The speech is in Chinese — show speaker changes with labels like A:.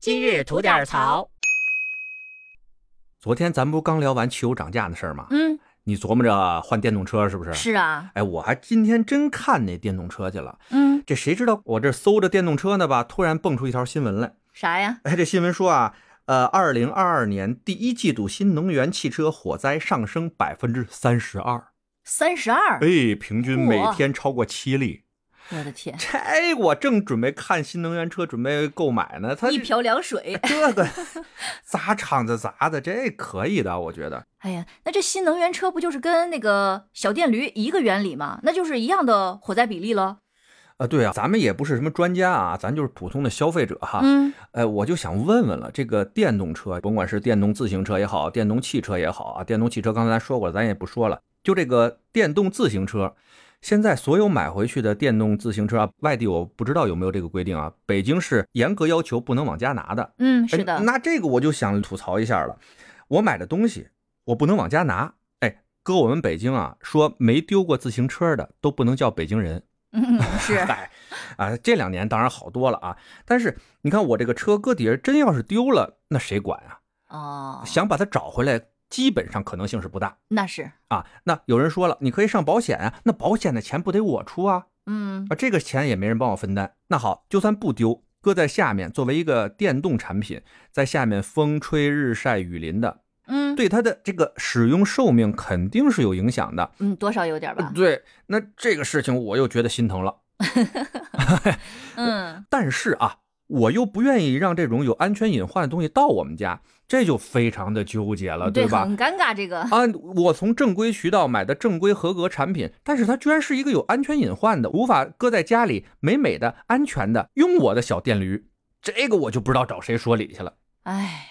A: 今日吐点槽。
B: 昨天咱不刚聊完汽油涨价的事儿吗？
A: 嗯，
B: 你琢磨着换电动车是不是？。
A: 是啊，
B: 哎，我还今天真看那电动车去了。
A: 嗯，
B: 这谁知道我这搜着电动车呢吧，突然蹦出一条新闻来。
A: 啥呀？
B: 哎，这新闻说啊，呃，二零二二年第一季度新能源汽车火灾上升百分之三十二，
A: 三十二，
B: 哎，平均每
A: 嚯
B: 天超过七例。
A: 我的天，
B: 这我正准备看新能源车，准备购买呢，它
A: 一瓢凉水。
B: 这个砸场子砸的，这可以的，我觉得。
A: 哎呀，那这新能源车不就是跟那个小电驴一个原理吗？那就是一样的火灾比例了。
B: 啊，对啊，咱们也不是什么专家啊，咱就是普通的消费者哈。
A: 嗯，
B: 呃，我就想问问了，这个电动车，甭管是电动自行车也好，电动汽车也好啊，电动汽车刚才咱说过了，咱也不说了。就这个电动自行车，现在所有买回去的电动自行车啊，外地我不知道有没有这个规定啊，北京是严格要求不能往家拿的。
A: 嗯，
B: 哎
A: 是的，
B: 那这个我就想吐槽一下了，我买的东西我不能往家拿。哎，搁我们北京啊，说没丢过自行车的都不能叫北京人。
A: 嗯， 是，
B: 嗨，啊，这两年当然好多了啊。但是你看我这个车搁底下真要是丢了，那谁管啊？
A: 哦，
B: 想把它找回来，基本上可能性是不大
A: 那是，
B: 啊。那有人说了，你可以上保险啊，那保险的钱不得我出啊？
A: 嗯
B: 啊，这个钱也没人帮我分担。那好，就算不丢，搁在下面作为一个电动产品，在下面风吹日晒雨淋的，
A: 嗯，
B: 对它的这个使用寿命肯定是有影响的。
A: 嗯，多少有点吧。
B: 对，那这个事情我又觉得心疼了。
A: 嗯，
B: 但是啊，我又不愿意让这种有安全隐患的东西到我们家，这就非常的纠结了，
A: 对，
B: 吧？
A: 很尴尬这个。
B: 啊，我从正规渠道买的正规合格产品，但是它居然是一个有安全隐患的，无法搁在家里美美的、安全的，用我的小电驴，这个我就不知道找谁说理去了。
A: 哎，